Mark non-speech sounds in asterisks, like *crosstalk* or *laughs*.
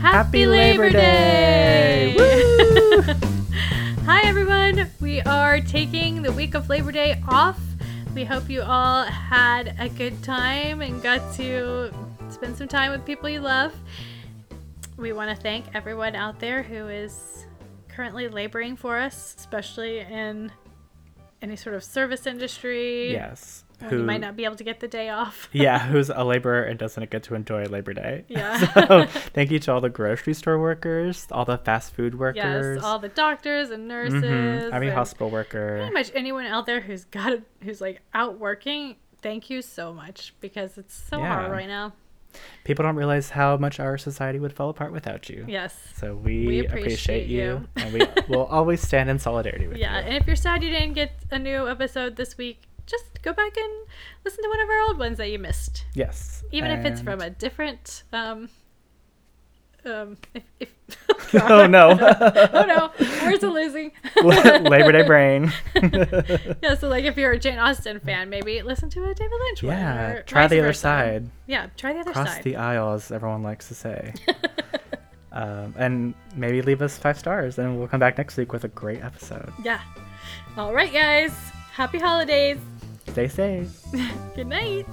Happy Labor Day! *laughs* Hi, everyone. We are taking the week of Labor Day off. We hope you all had a good time and got to spend some time with people you love. We want to thank everyone out there who is currently laboring for us, especially in any sort of service industry. Yes. When you *laughs* might not be able to get the day off. yeah, who's a laborer and doesn't get to enjoy Labor Day. Yeah. *laughs* so, thank you to all the grocery store workers, all the fast food *laughs* workers. Yes, all the doctors and nurses. Mhm. Every and- hospital worker. pretty much anyone out there who's got a, who's like out working thank you so much because it's so Yeah. hard right now People don't realize how much our society would fall apart without you. yes So we, We appreciate, appreciate you, you. *laughs* and we will always stand in solidarity with yeah you. and if you're sad you didn't get a new episode this week just go back and listen to one of our old ones that you missed Yes. even if it's and- from a different um um if, if *laughs* *laughs* oh no. oh no words are losing *laughs* Labor Day brain. *laughs* yeah so like if you're a jane austen fan maybe listen to a david lynch one yeah. or Try vice the other versa. side. yeah try the other Cross side the aisle, as everyone likes *laughs* to say. um, and maybe leave us five stars, and we'll come back next week with a great episode. Yeah. All right, guys. Happy holidays. Stay safe. Good night.